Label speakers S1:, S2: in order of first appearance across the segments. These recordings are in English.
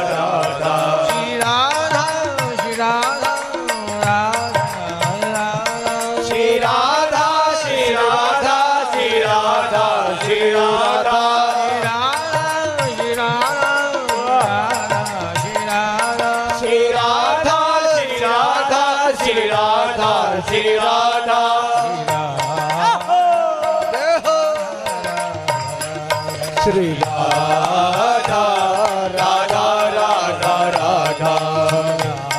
S1: Shri Radha Shri Radha Radha Radha
S2: Shri Radha Shri Radha Shri Radha Shri Radha
S1: Shri Radha Shri Radha Radha Shri Radha
S2: Shri Radha Shri Radha Shri Radha Shri Radha
S1: Shri
S2: Radha Radha Radha Radha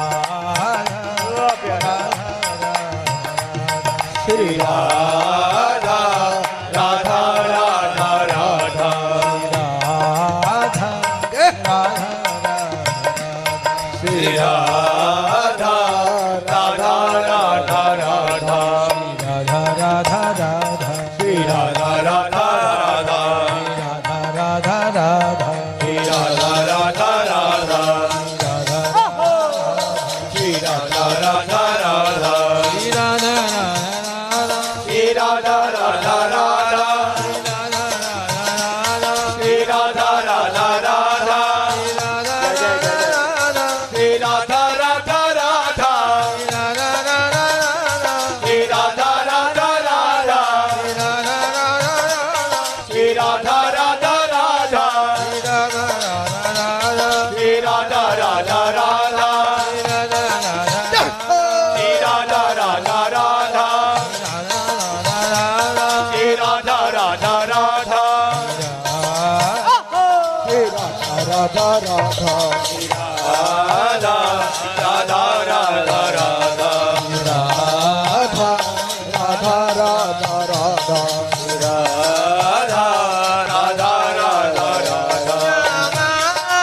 S2: Shri Radha Radha Radha Radha Shri Radha Radha Radha Radha Shri Radha Radha Radha Shri Radha Radha Radha Shri Radha Radha Radha Shri Radha Radha Radha Shri Radha Radha Radha Shri Radha Radha Radha Shri Radha Radha Radha Shri Radha Radha Radha Shri Radha Radha Radha Shri Radha Radha Radha Shri Radha Radha Radha
S1: Radha
S2: Radha Radha Radha Radha
S1: Radha Radha Radha Radha Radha
S2: Radha Radha Radha Radha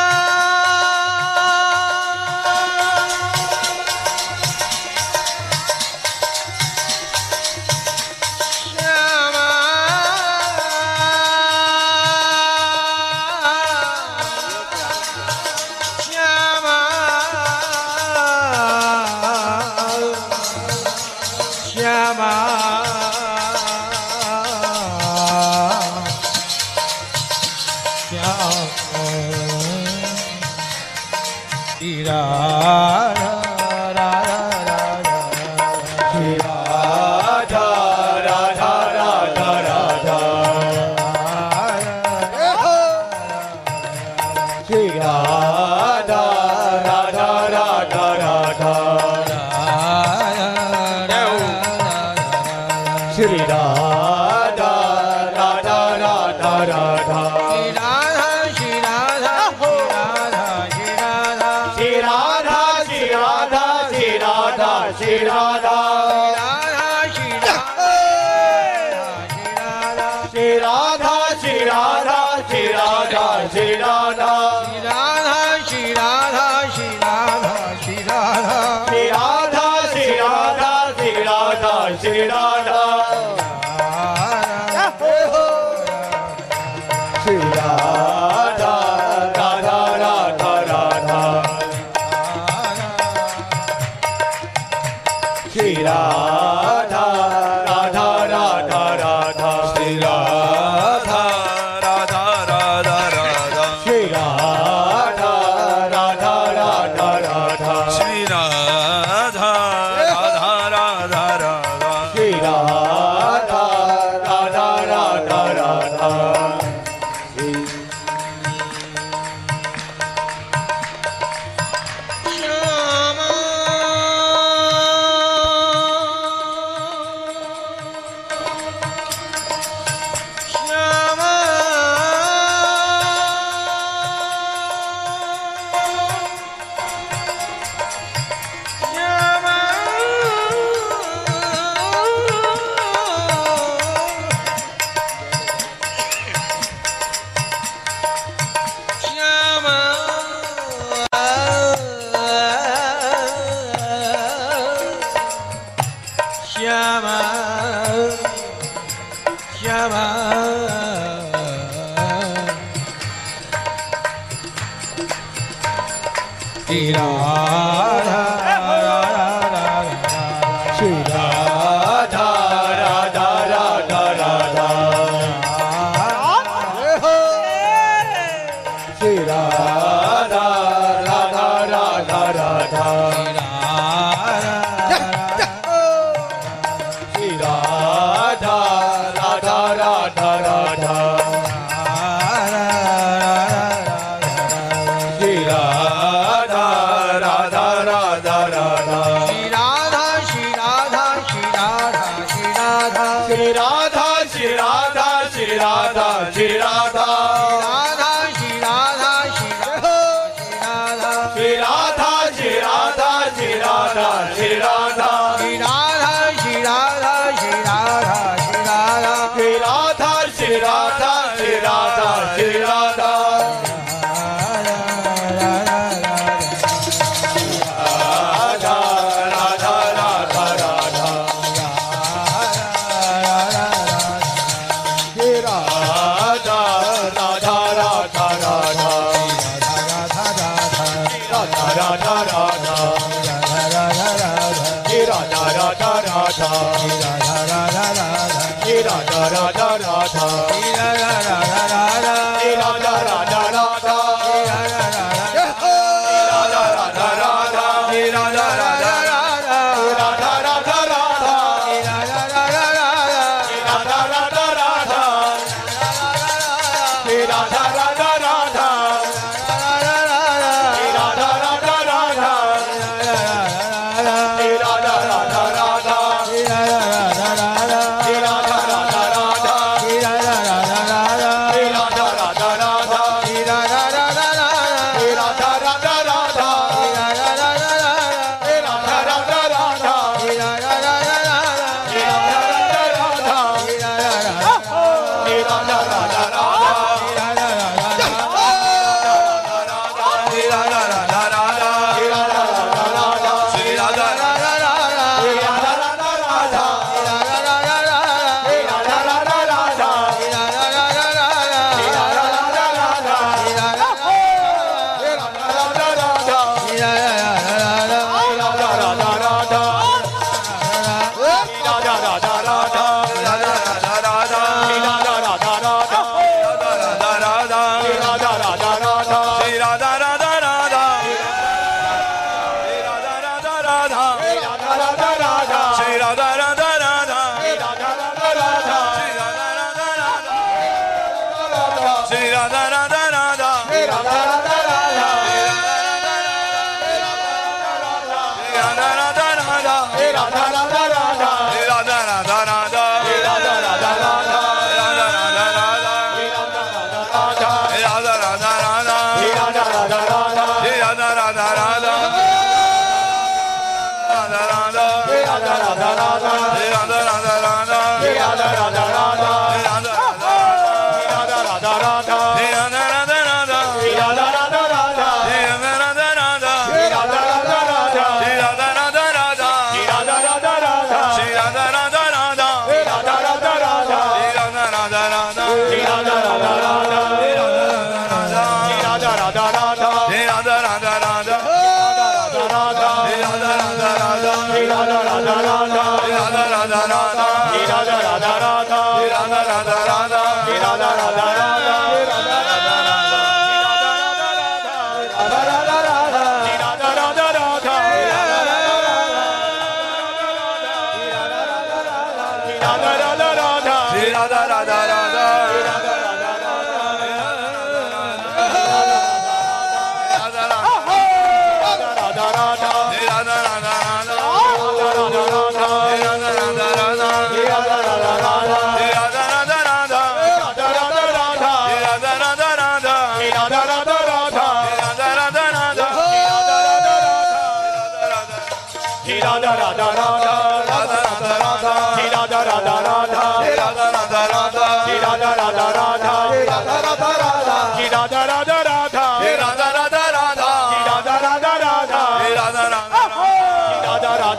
S2: Radha Radha Radha Radha Shri Radha Radha Radha Radha Shri Radha Radha Radha Radha Shri Radha Shri Radha Shri Radha Shri Radha Shri Radha Shri Radha Shri Radha Shri Radha Shri Radha Shri Radha Shri Radha Shri Radha Shri Radha Radha Radha Radha Shri Radha Radha Radha Radha Shri Radha Radha Radha Radha Shri Radha Radha
S3: Shri Radha Radha
S2: Radha Radha
S3: Radha Radha
S2: Shri Radha Radha Radha Radha
S1: Shri
S2: Radha Radha Radha Radha
S1: Shri Radha Radha Radha Shri Radha
S2: Radha Radha Radha Radha Shri Radha Radha Radha Radha Shri Radha Radha Radha Radha Shri Radha Shri Radha Shri Radha Shri Radha Shri Radha Shri Radha Shri Radha Shri Radha Shri Radha Shri Radha Shri Radha Shri Radha Radha Radha Radha Radha
S1: Shri
S2: Radha
S1: Radha
S2: Radha Radha Radha Radha Radha Radha Shri Radha Radha Radha Shri Radha Radha Radha Shri Radha Radha Radha Radha Radha Radha Shri Radha Radha Radha Radha Radha Shri Radha Radha Radha Shri Radha Radha Radha Shri Radha Radha Radha Shri Radha Radha Radha Shri Radha Radha Radha Shri Radha Radha Radha Shri Radha Radha Radha Shri Radha Radha Radha Shri Radha Radha Radha Shri Radha Radha Radha
S3: Sri Radha Radha Radha Sri Radha Radha Radha Sri Radha Radha Radha Sri Radha Radha Radha Sri Radha Radha Radha Sri Radha Radha Radha Radha Radha Sri Radha Radha Radha Sri Radha Radha Radha Sri Radha Radha Radha Sri Radha Radha Radha Sri Radha Radha Radha Sri Radha Radha Radha Sri Radha Radha Radha
S2: Radha Radha Radha
S3: Sri Radha Radha Radha Sri Radha Radha Radha Sri Radha Radha Radha Sri Radha Radha Radha Sri Radha Radha Radha Radha Radha Sri Radha Radha Radha Sri Radha Radha Radha Sri Radha Radha Radha Sri Radha Radha Radha Sri Radha Radha Radha Radha Radha Radha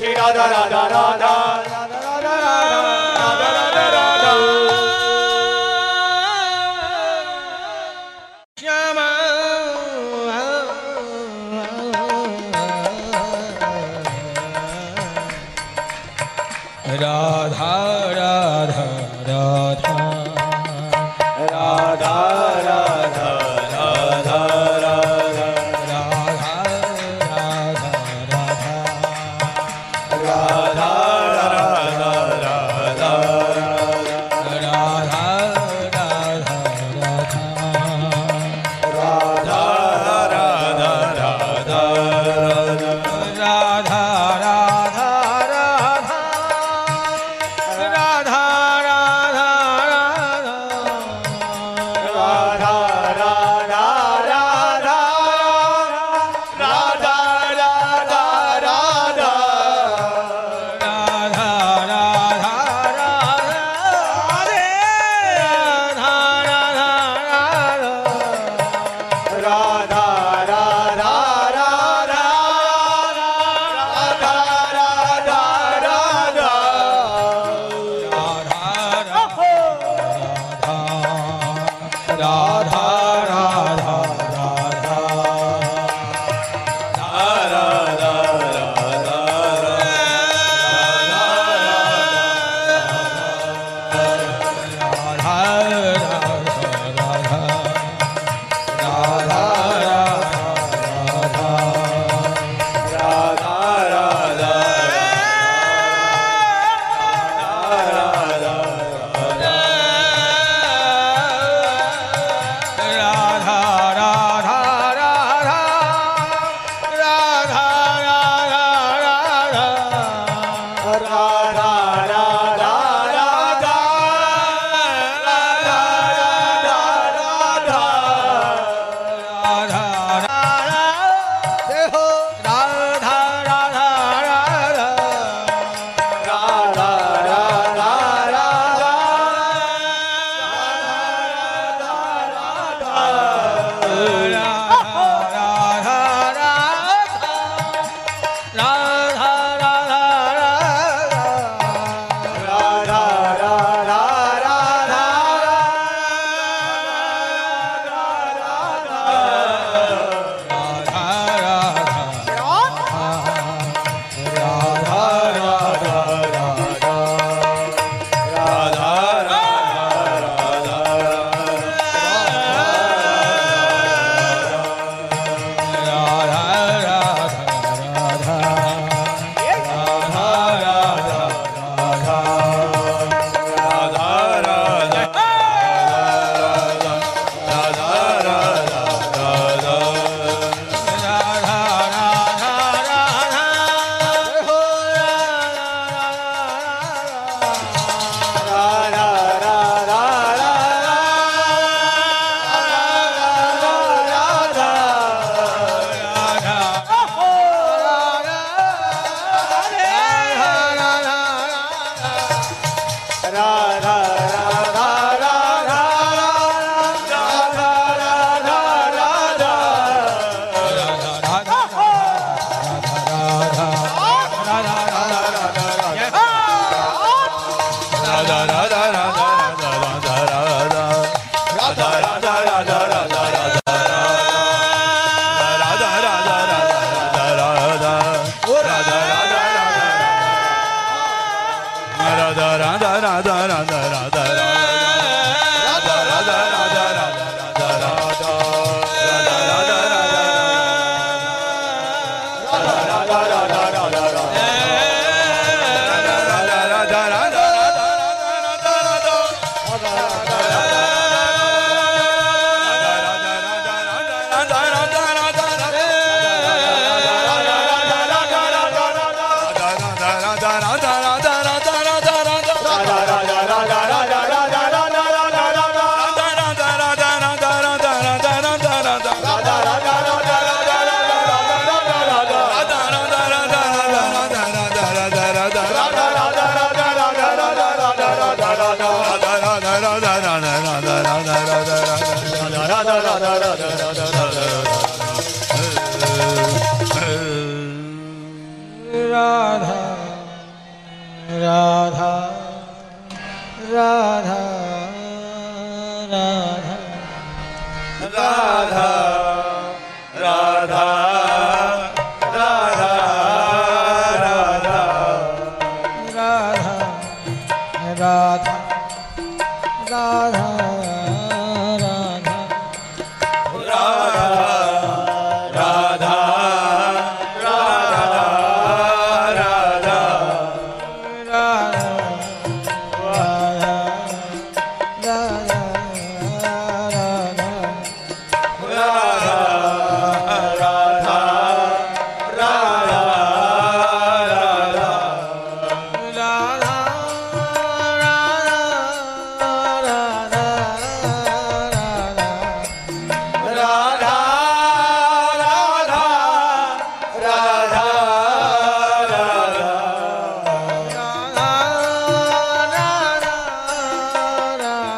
S3: Sri Radha Radha Radha Sri Radha Radha Radha Sri Radha Radha Radha
S2: Radha Radha Radha Shri Radha Radha Radha Radha Radha Radha
S1: Radha
S2: Radha Radha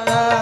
S3: la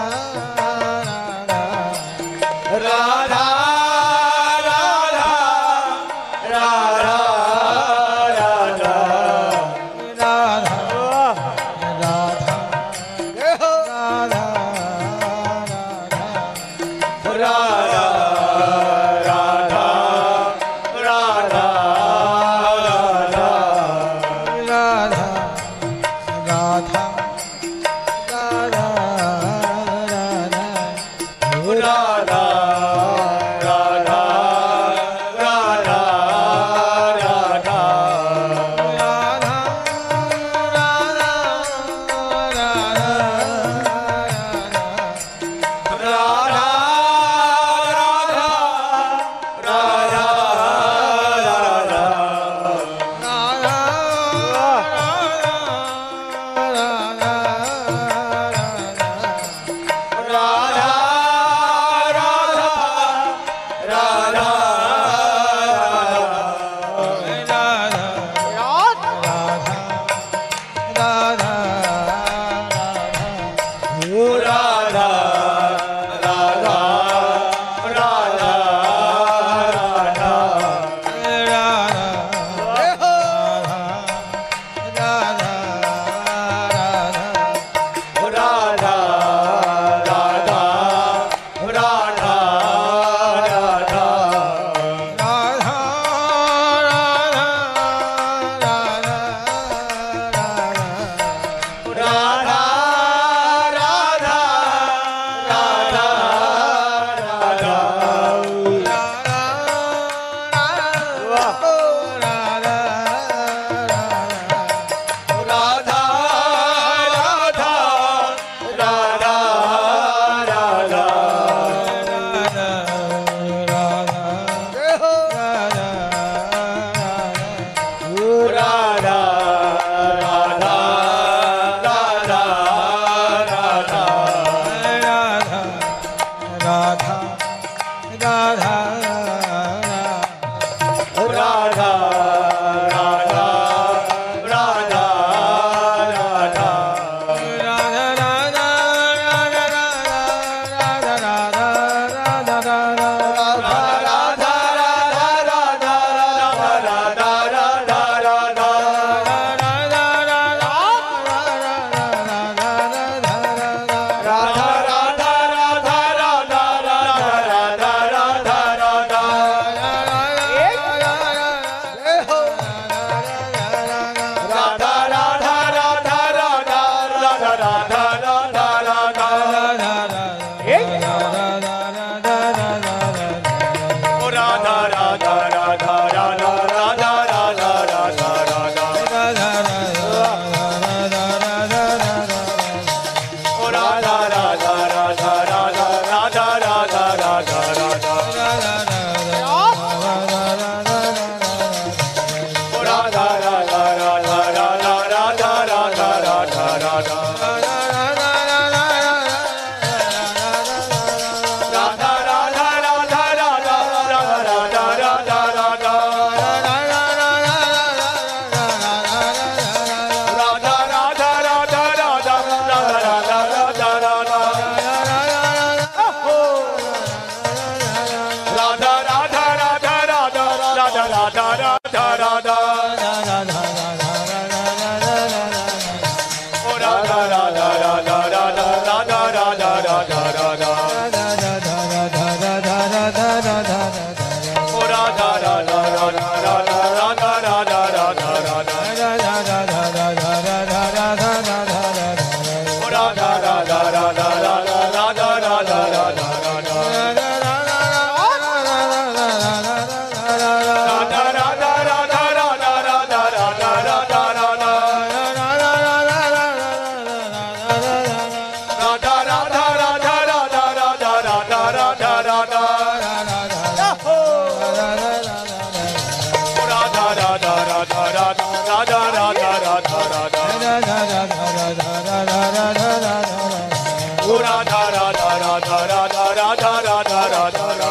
S3: la la da da da da da